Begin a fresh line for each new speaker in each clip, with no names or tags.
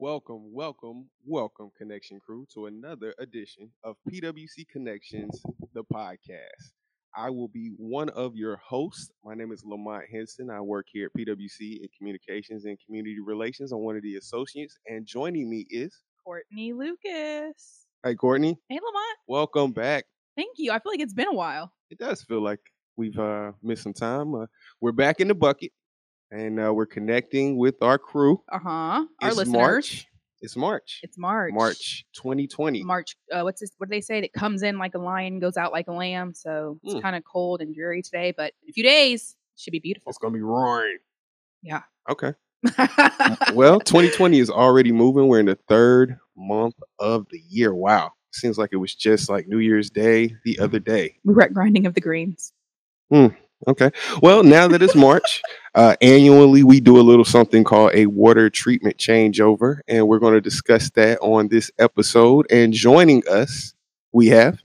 welcome, welcome, welcome, Connection Crew, to another edition of PWC Connections, the podcast. I will be one of your hosts. My name is Lamont Henson. I work here at PWC in Communications and Community Relations. I'm one of the associates, and joining me is
Courtney Lucas.
Hey, Courtney.
Hey, Lamont.
Welcome back.
Thank you. I feel like it's been a while.
It does feel like we've uh, missed some time. Uh, we're back in the bucket, and uh, we're connecting with our crew.
Uh huh. Our
It's
listeners.
March. It's March.
It's March.
March 2020.
March. Uh, what's this? What do they say? It comes in like a lion, goes out like a lamb. So it's
Mm.
kind of cold and dreary today, but in a few days it should be beautiful.
It's gonna be roaring.
Yeah.
Okay. Well, 2020 is already moving. We're in the third month of the year. Wow. Seems like it was just like New Year's Day the other day.
we were at grinding of the greens.
Okay. Well, now that it's March, uh, annually we do a little something called a water treatment changeover, and we're going to discuss that on this episode. And joining us, we have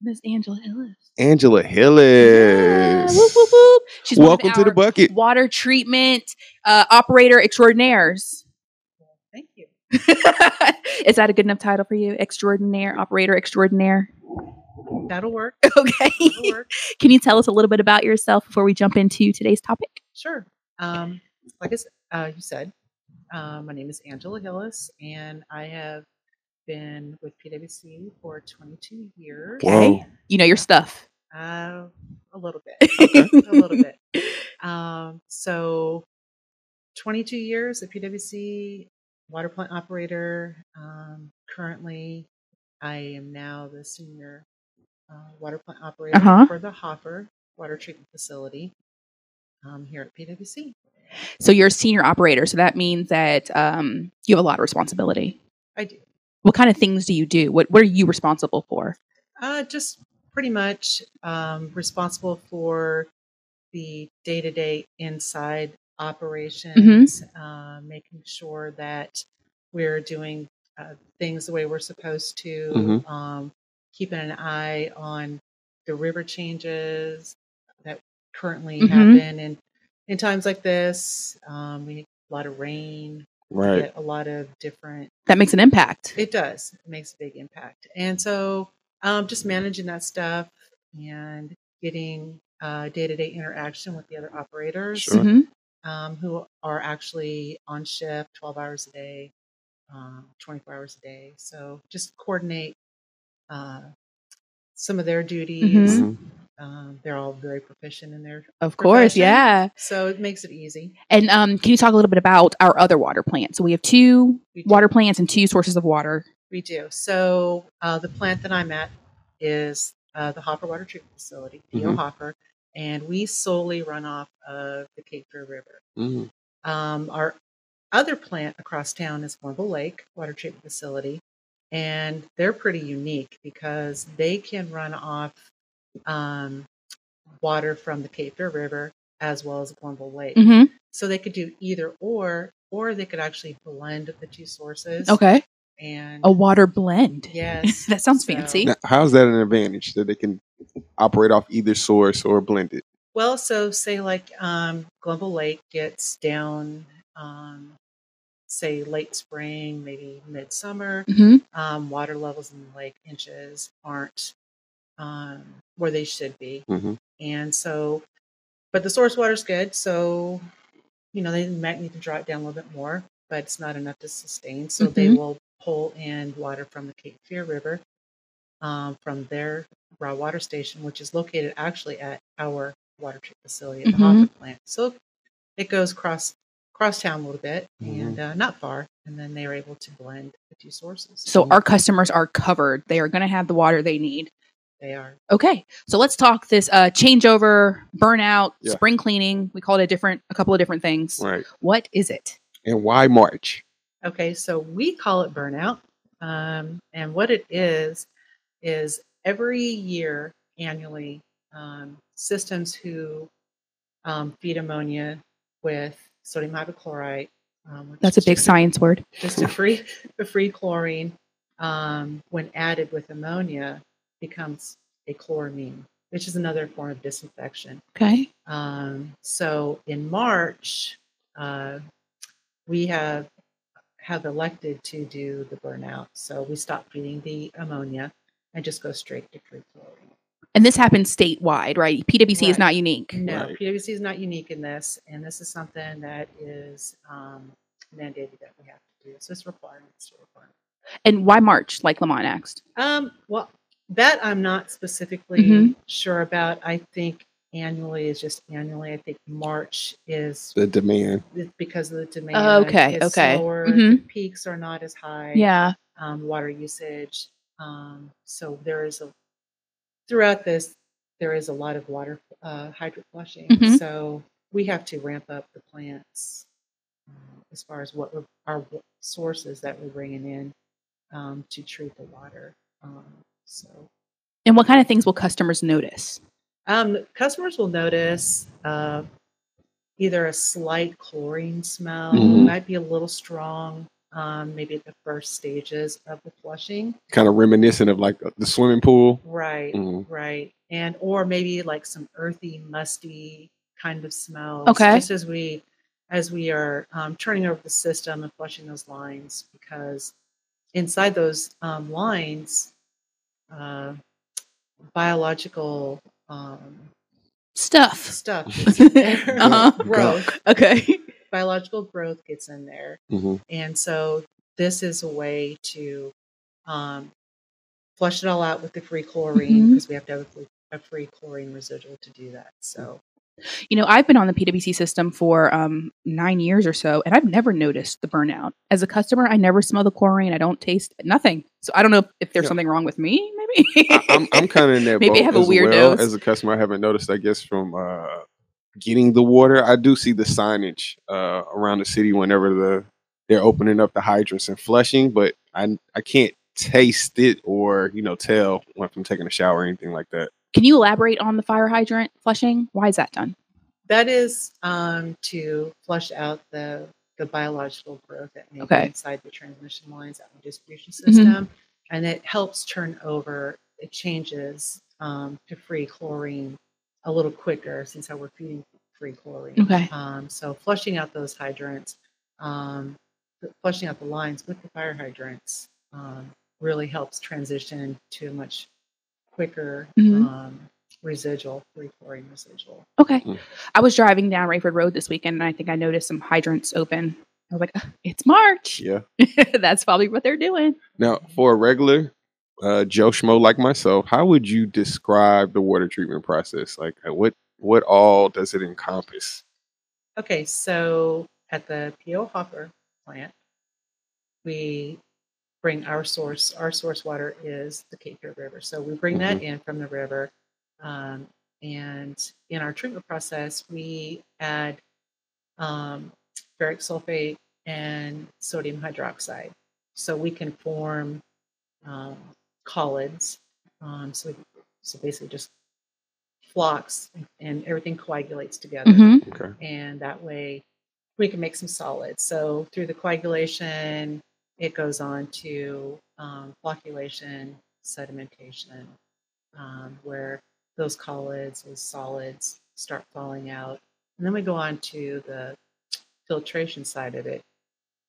Miss Angela Ellis.
Angela
Yeah,
Hillis.
whoop, whoop, whoop. She's one of
Welcome to the
our
bucket.
water treatment uh, operator extraordinaires. Thank you. Is that a good enough title for you? Extraordinaire operator extraordinaire.
That'll work.
Okay.
That'll work.
Can you tell us a little bit about yourself before we jump into today's topic?
Sure. Um, like I s- uh, you said, uh, my name is Angela Hillis, and I have been with PwC for 22 years.
Whoa.
You know your stuff.
Uh, a little bit. a little bit. Um, so, 22 years at PwC, water plant operator. Um, currently, I am now the senior uh, water plant operator
Uh-huh.
for the Hopper Water Treatment Facility um, here at PwC.
So you're a senior operator. So that means that um, you have a lot of responsibility.
I do.
What kind of things do you do? What What are you responsible for?
Uh, just pretty much um, responsible for the day to day inside operations, uh, making sure that we're doing uh, things the way we're supposed to,
Mhm.
um, keeping an eye on the river changes that currently
Mhm.
happen. And in times like this, um, we need a lot of rain, we
Right.
get a lot of different
That makes an impact.
it does. It makes a big impact. And so um, just managing that stuff and getting day to day interaction with the other operators
Sure.
Mhm.
um, who are actually on shift 12 hours a day, um, 24 hours a day. So just coordinate uh, some of their duties.
Mm-hmm.
Mhm.
Um, they're all very proficient in their,
Of course,
Profession.
yeah.
so it makes it easy.
And um, can you talk a little bit about our other water plants? So we have two
We do-
water plants and two sources of water.
We do. So uh, the plant that I'm at is uh, the Hopper Water Treatment Facility, PO
Mm-hmm.
Mhm.
Hopper, and we solely run off of the Cape Fear River.
Mm.
Um, our other plant across town is Marble Lake Water Treatment Facility, and they're pretty unique because they can run off um, water from the Cape Fear River as well as Gumbel Lake.
Mm-hmm.
So they could do either or, or they could actually blend the two sources.
Okay.
And
A water blend.
yes,
that sounds
so-
fancy.
Now, how's that an advantage that they can operate off either source or blend it?
Well, so say like um, Global Lake gets down, um, say late spring, maybe midsummer.
hmm
Um, water levels in the lake inches aren't um, where they should be,
Mm-hmm.
and so, but the source water's good. So, you know, they might need to draw it down a little bit more, but it's not enough to sustain. So they
Mhm.
will pull in water from the Cape Fear River um, from their raw water station, which is located actually at our water treatment facility at the
Mhm.
Hopper plant. So it goes cross cross town a little bit and uh, not far, and then they are able to blend the two sources.
So our customers are covered. They are going to have the water they need.
they are
Okay, so let's talk this uh, changeover, burnout,
Yeah.
spring cleaning. We call it a different, a couple of different things.
Right.
What is it?
And why March?
okay. So we call it burnout, um, and what it is is every year annually um, systems who um, feed ammonia with sodium hypochlorite. Um, which
That's a
is
big
just
science word.
just a free the free chlorine um, when added with ammonia becomes a chloramine which is another form of disinfection
Okay.
um, so in march uh, we have have elected to do the burnout. So we stop feeding the ammonia and just go straight to crude chlorine.
And this happens statewide, right? PwC is
Right.
not unique.
No,
Right.
PwC is not unique in this, and this is something that is um, mandated that we have to do. So it's requirements to requirement.
And why March, like Lamont asked?
Um, well, that I'm not specifically
Mhm.
sure about. I think annually is just annually. I think March is
The demand.
it's because of the demand.
Oh, okay,
is
okay. Mm-hmm.
slower, The peaks are not as high.
Yeah.
Um, water usage. Um, so there is a throughout this there is a lot of water uh, hydrant flushing.
Mhm.
So we have to ramp up the plants um, as far as what we're, our wa- sources that we're bringing in um, to treat the water. Um, so
And what kind of things will customers notice?
Um, customers will notice uh, either a slight chlorine smell,
Mhm.
might be a little strong, um, maybe at the first stages of the flushing.
Kind of reminiscent of like the swimming pool.
Right,
Mm-hmm.
Mhm.
right. And or maybe like some earthy, musty kind of smell. So
Okay.
Just as we as we are um, turning over the system and flushing those lines, because inside those um, lines, uh, biological um,
Stuff.
stuff gets in there.
Uh-huh.
Growth.
Okay.
biological growth gets in there.
Mm-hmm.
Mhm.
And so this is a way to um, flush it all out with the free chlorine
Mhm.
because we have to have a free, a free chlorine residual to do that. So
You know, I've been on the PwC system for um, nine years or so, and I've never noticed the burnout. As a customer, I never smell the chlorine. I don't taste nothing. So I don't know if there's
Yeah.
something wrong with me, maybe.
I, am I'm kind of in that
Maybe I
boat
have a
as
weird
well.
nose.
As a customer, I haven't noticed. I guess from uh, getting the water, I do see the signage uh, around the city whenever the they're opening up the hydrants and flushing, but I I can't taste it or you know tell when I'm taking a shower or anything like that.
Can you elaborate on the fire hydrant flushing? Why is that done?
that is um, to flush out the the biological growth that may
Okay.
be inside the transmission lines out in the distribution
Mhm.
system, and it helps turn over. It changes um, to free chlorine a little quicker since how we're feeding free chlorine.
Okay.
Um, so flushing out those hydrants, um, f- flushing out the lines with the fire hydrants um, really helps transition to a much quicker
Mhm.
um, residual, free chlorine residual.
Okay.
Mm.
I was driving down Rayford Road this weekend, and I think I noticed some hydrants open. I was like, "Ugh, it's March.
Yeah.
That's probably what they're doing.
Now, for a regular uh, Joe Schmo like myself, how would you describe the water treatment process? Like, uh, what what all does it encompass?
Okay, so at the PO Hopper plant, we bring our source. Our source water is the Cape Fear River, so we bring that in from the river. Um, and in our treatment process, we add um, ferric sulfate and sodium hydroxide, so we can form um, collids. Um, so, so basically, just flocks and everything coagulates together
hmm
Okay.
and that way we can make some solids. So through the coagulation, it goes on to um, flocculation, sedimentation, um, where those collids, those solids start falling out. And then we go on to the filtration side of it.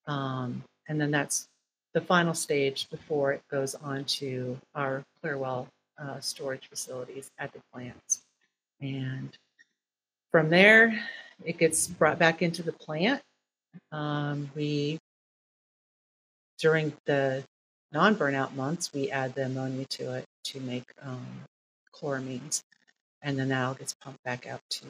Um, and then that's the final stage before it goes on to our Clearwell uh, storage facilities at the plants. And from there, it gets brought back into the plant. Um, we, during the non burnout months, we add the ammonia to it to make um, chloramines. And then that all gets pumped back out to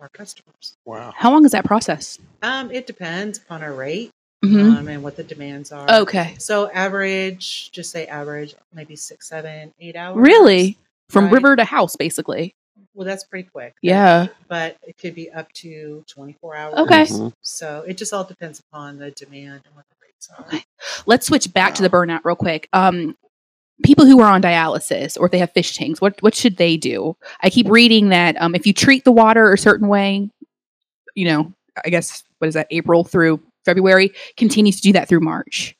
our customers.
Wow.
How long is that process?
Um, it depends upon our rate
hmm
um, and what the demands are.
Okay.
So, average, just say average, maybe six, seven, eight hours.
Really? From
Right.
river to house, basically.
Well, that's pretty quick.
Yeah.
But it could be up to 24 hours.
Okay.
Mhm.
So, it just all depends upon the demand and what the rates are.
Okay. Let's switch back to the burnout real quick. Um, people who are on dialysis or if they have fish tanks, what what should they do? I keep reading that um, if you treat the water a certain way, you know, I guess what is that? April through February continues to do that through March.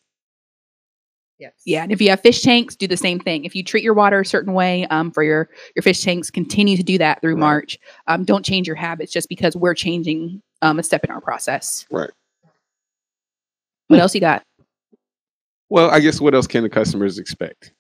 Yes.
Yeah, and if you have fish tanks, do the same thing. If you treat your water a certain way um, for your your fish tanks, continue to do that through
Right.
March. Um, don't change your habits just because we're changing um, a step in our process.
Right.
What else you got?
Well, I guess what else can the customers expect?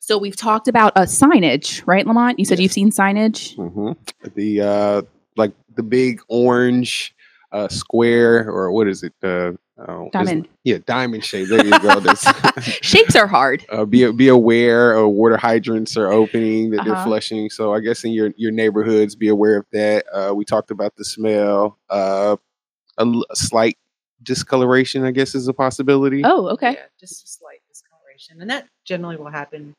So we've talked about a signage, right, Lamont? You said
Yes.
you've seen signage.
hmm The uh, like the big orange uh, square or what is it? Uh, oh, is-
Diamond
yeah, diamond shape. There you go. That's-
shapes are hard.
uh, be be aware of water hydrants are opening that they're
Uh-huh.
flushing. So I guess in your your neighborhoods, be aware of that. Uh, we talked about the smell. Uh, a, l- a slight discoloration, I guess, is a possibility.
Oh, okay.
Yeah, just a slight discoloration, and that generally will happen,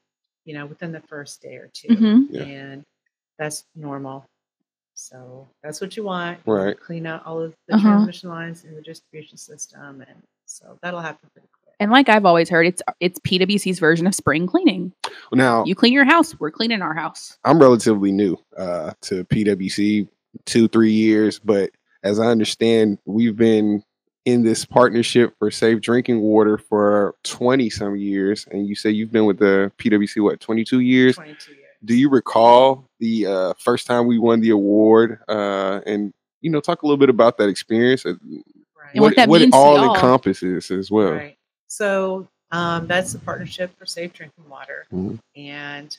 you know, within the first day or 2
Mhm.
Yeah.
and that's normal. So that's what you want. You wanna
Right.
Clean out all of the
Uh-huh.
transmission lines in the distribution system, and so that'll happen pretty quick.
And like I've always heard, it's it's PwC's version of spring cleaning.
Now
You clean your house, we're cleaning our house.
I'm relatively new uh, to PwC, two three years, but as I understand, we've been in this partnership for safe drinking water for 20 some years and you say you've been with the PwC what 22 years
22 years.
do you recall the uh, first time we won the award uh, and you know talk a little bit about that experience and
Right.
And what that
what it
means to
all
y'all.
encompasses as well
Right. So um, that's the Partnership for Safe Drinking Water.
Mhm.
And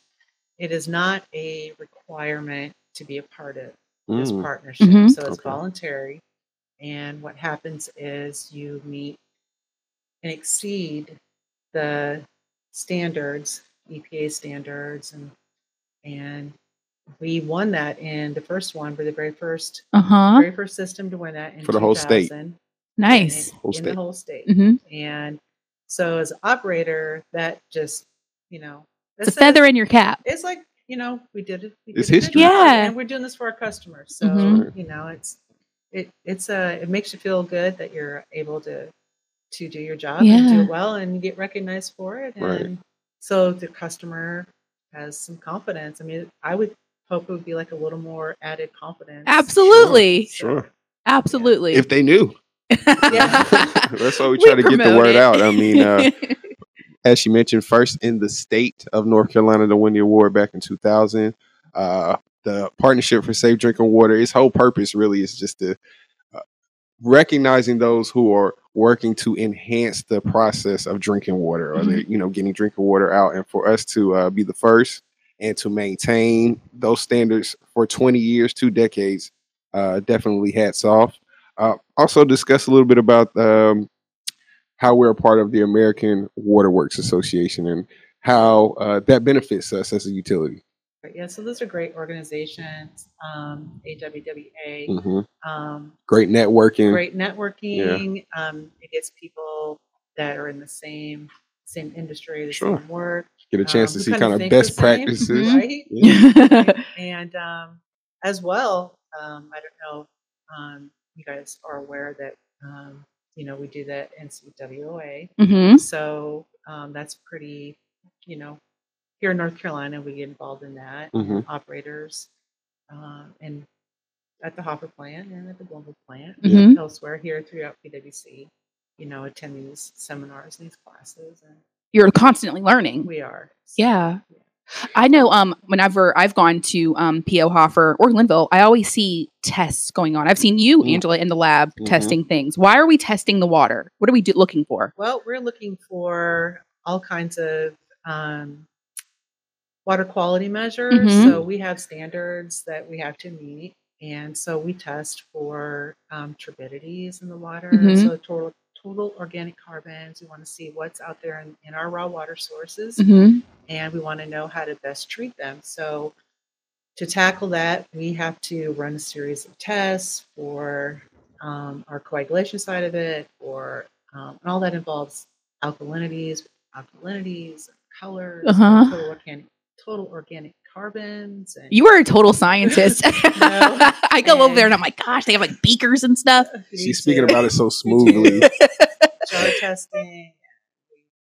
it is not a requirement to be a part of this
Mm,
partnership.
Mhm.
So it's
Okay.
voluntary. And what happens is you meet and exceed the standards, EPA standards, and and we won that in the first one. We're the very first,
Uh
Uh-huh.
huh.
very first system to win that in
For the whole state.
2000,
Nice.
In,
Whole
in the
state.
whole state.
Mm-hmm.
And so as an operator, that just, you know, that
It's a
says-
feather in your cap.
It's like, you know, we did it. We
It's
did a good
history.
job,
Yeah.
And we're doing this for our customers. So,
Mhm.
you know, it's, it, it's a, it makes you feel good that you're able to, to do your job and do
Yeah.
it well and get recognized for it. And
Right.
so the customer has some confidence. I mean, I would hope it would be like a little more added confidence.
Absolutely.
Sure.
Absolutely.
if they knew
Yeah.
that's why we try to get the
promote
word
it.
out i mean uh, as she mentioned first in the state of north carolina to win the award back in 2000 uh, the partnership for safe drinking water its whole purpose really is just to uh, recognizing those who are working to enhance the process of drinking water or the, you know getting drinking water out and for us to uh, be the first and to maintain those standards for 20 years two decades uh, definitely hats off uh, also discuss a little bit about um, how we're a part of the american waterworks association and how uh, that benefits us as a utility
But yeah, so those are great organizations. Um, AWWA,
Mhm.
um,
great networking
great networking. Um, it gets people that are in the same same industry, the
Sure.
same work.
get a chance
um,
to
who
see
kinda
kind of
think the
best
same,
practices
Mhm.
right?
Yeah.
Mm-hmm.
and um, as well, um, I don't know, um, you guys are aware that um, you know we do that NCWA,
Mm-hmm.
hmm
so um, that's pretty, you know, here in North Carolina we get involved in that
Mhm.
operators, um, and at the Hopper plant and at the Global plant
Yeah.
hmm
elsewhere here throughout PwC, you know, attend these seminars, these classes, and
You're constantly learning.
we are. so,
Yeah. I know um whenever I've gone to um PO Hoffer or Glenville, I always see tests going on. I've seen you,
Mm.
Angela, in the lab
Mhm.
testing things. Why are we testing the water? What are we do- looking for?
Well, we're looking for all kinds of um, water quality measures.
Mhm.
So we have standards that we have to meet. And so we test for um, turbidities in the water.
Mhm.
So total, total organic carbons. We want to see what's out there in, in our raw water sources.
Mm-hmm.
and we want to know how to best treat them. So, to tackle that, we have to run a series of tests for um, our coagulation side of it, or um, and all that involves alkalinities, alkalinities, colors,
Uh-huh.
total organic, total organic carbons, and
You are a total scientist.
No.
I go over there and
And-
I'm like, gosh, they have like beakers and stuff.
She's speaking about it so
Me too.
smoothly.
jar testing.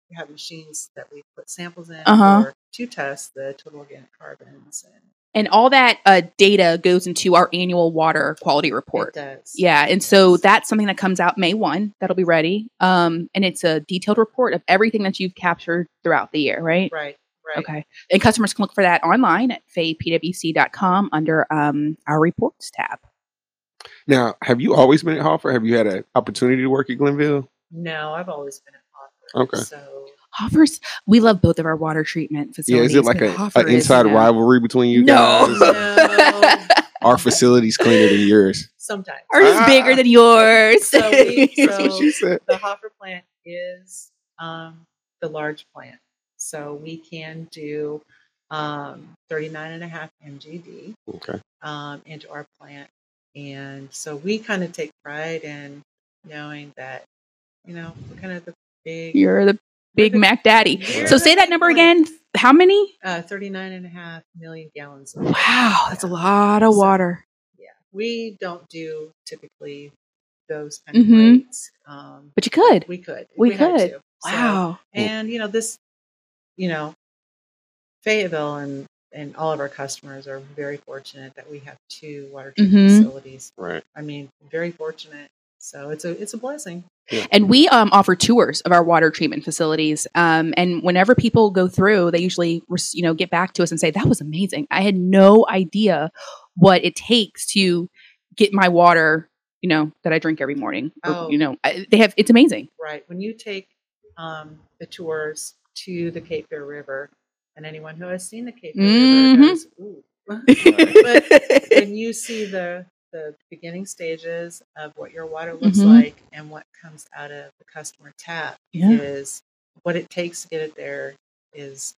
We have machines that we put samples in
Uh-huh.
for to test the total organic carbons and
And all that uh, data goes into our annual water quality report.
It does.
Yeah, and so
Yes.
that's something that comes out May 1. That'll be ready. Um, and it's a detailed report of everything that you've captured throughout the year, right?
Right. Right.
Okay. And customers can look for that online at faypwc.com under um, our reports tab.
Now, have you always been at Hoffer? Have you had an opportunity to work at Glenville?
No, I've always been a
Okay.
So
Hoffers, we love both of our water treatment
Yeah,
facilities.
is it like
but
a,
Hoffer
a
is,
inside
you know,
rivalry between you
No.
guys?
no,
Our facility's cleaner than yours.
sometimes.
Ours is bigger than yours.
Ah. So we-
That's what
So-
she said.
the Hoffer plant is um, the large plant. So we can do um, 39 and a half MGD
Okay.
um, into our plant. And so we kind of take pride in knowing that, you know, we're kind of the big,
You're the
we're
Big
the-
Mac Daddy.
we're
So
the
say that
big
number
plant.
again. How many?
Uh, 39 and a half million gallons. of
Wow, that's a
water.
lot of
So-
water.
Yeah. We don't do typically those kind of
Mhm.
rates. Um,
But you could.
we could. if
We
had
could.
to. So,
Wow.
And you know this, you know, Fayetteville and and all of our customers are very fortunate that we have two water treatment
Mhm.
facilities.
Right.
I mean, very fortunate. So it's a it's a blessing.
And we um, offer tours of our water treatment facilities. Um, and whenever people go through, they usually res- you know get back to us and say that was amazing. I had no idea what it takes to get my water, you know, that I drink every morning. Or,
Oh.
You know, I, they have it's amazing.
Right. When you take um, the tours to the Cape Fear River, and anyone who has seen the Cape Fear River
Mhm.
goes, ooh. when you see the the beginning stages of what your water looks
Mhm.
like and what comes out of the customer tap
yeah,
is what it takes to get it there is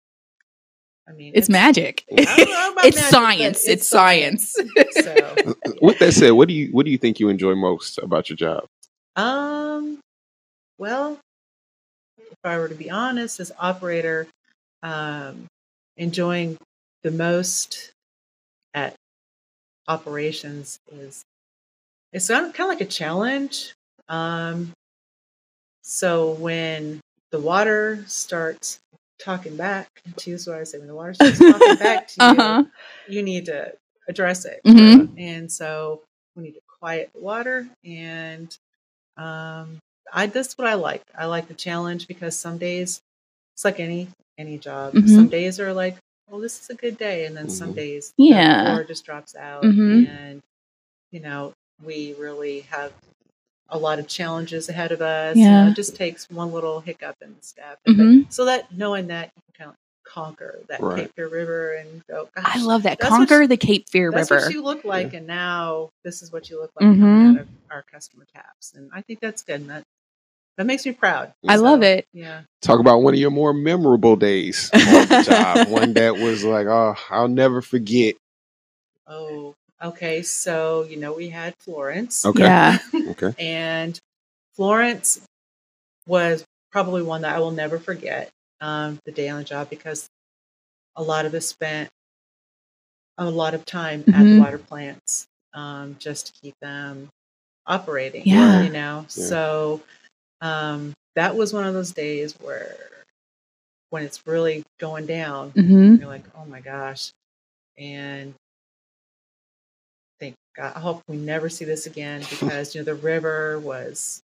I mean
it's magic.
I
I don't know about
it's
magic, but
science. It's science.
So
With that said, what do you what do you think you enjoy most about your job?
um well if I were to be honest as operator um enjoying the most at operations is it's kind of like a challenge. Um, so when the water starts talking back to you, so I say when the water starts talking back to you,
Uh-huh.
you need to address it.
Mhm.
And so we need to quiet the water. And um, I that's what I like. I like the challenge because some days it's like any any job.
Mhm.
Some days are like, well, this is a good day, and then some
Mhm.
days
Yeah.
the floor just drops out,
Mhm.
and you know we really have a lot of challenges ahead of us. You know,
Yeah.
it just takes one little hiccup and step.
Mhm.
But, so that knowing that you can kind of conquer that
Right.
Cape Fear River and go, gosh,
I love that.
That's what
Conquer
she-
the Cape Fear
that's
River.
what you look like, and now this is what you look like
Mhm.
coming out of our customer taps. And I think that's good. And that that makes me proud.
I love it.
Yeah.
Talk about one of your more memorable days on the job. One that was like, oh, I'll never forget.
Oh. Okay. So you know we had Florence,
Okay.
Yeah.
Okay.
and Florence was probably one that I will never forget. Um, the day on the job because a lot of us spent a lot of time at the
Mhm.
water plants um, just to keep them operating.
Yeah.
You know,
Yeah.
so um, that was one of those days where when it's really going down,
Mm-hmm.
you're like, oh my gosh. And thank God, I hope we never see this again because, you know, the river was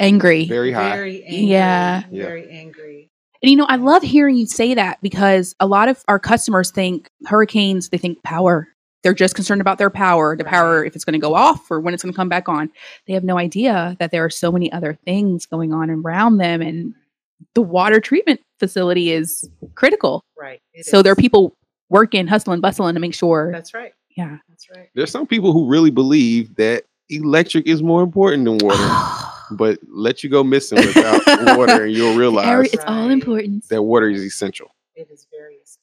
Angry.
Very high.
very angry.
Yeah.
Yeah.
Very angry.
And you know, I love hearing you say that because a lot of our customers think hurricanes, they think power. They're just concerned about their power, the power
Right.
if it's going to go off or when it's going to come back on. They have no idea that there are so many other things going on around them and the water treatment facility is critical.
Right. it
so there are
is.
people working, hustling, bustling to make sure.
That's right.
yeah.
That's right.
There's some people who really believe that electric is more important than water, but let you go missing without water, and you'll
Every-
realize
it's all
Right.
important.
that water is essential.
It is very essential.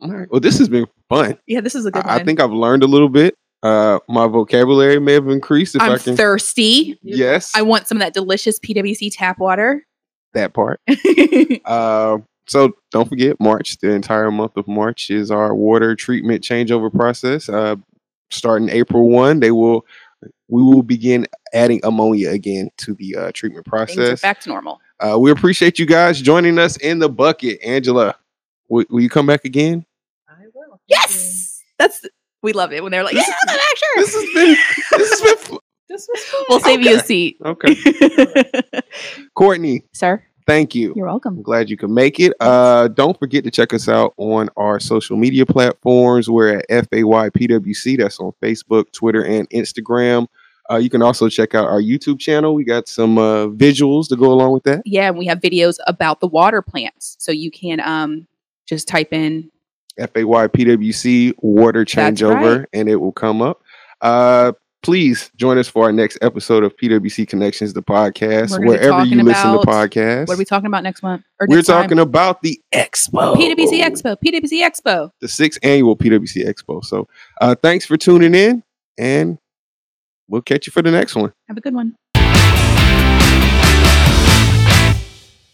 All right. Well, this has been fun.
Yeah, this is a good
I,
one.
I think I've learned a little bit. Uh, my vocabulary may have increased if i
I'm
can.
thirsty.
You're
yes,
I want some of that delicious PWC tap water.
that part. Uh, so don't forget March. The entire month of March is our water treatment changeover process. Uh, starting April one, they will we will begin adding ammonia again to the uh, treatment
Things are
process.
back to normal.
Uh, we appreciate you guys joining us in the bucket. Angela, will, will you come back again?
I will. Thank you.
Yes, Mm. that's we love it when they're like, yeah,
This is-
yeah,
This
sure.
has been this has been fun.
This was fun.
We'll save you a
okay.
seat,
okay. Courtney,
sir.
thank you.
You're
I'm
welcome.
glad you could make it. Uh, don't forget to check us out on our social media platforms. We're at FAYPWC. That's on Facebook, Twitter, and Instagram. Uh, you can also check out our YouTube channel. We got some uh, visuals to go along with that.
Yeah, and we have videos about the water plants. So you can um just type in
FAY PWC water
That's
changeover,
right.
and it will come up. Uh, please join us for our next episode of PWC Connections, the
We're
podcast,
gonna be
wherever
talking
you listen to
about-
podcasts.
what are we talking about next month? Or
We're
next time?
talking about the Expo,
PWC Expo, PWC Expo.
the sixth annual PWC Expo. So, uh, thanks for tuning in, and we'll catch you for the next one.
Have a good one.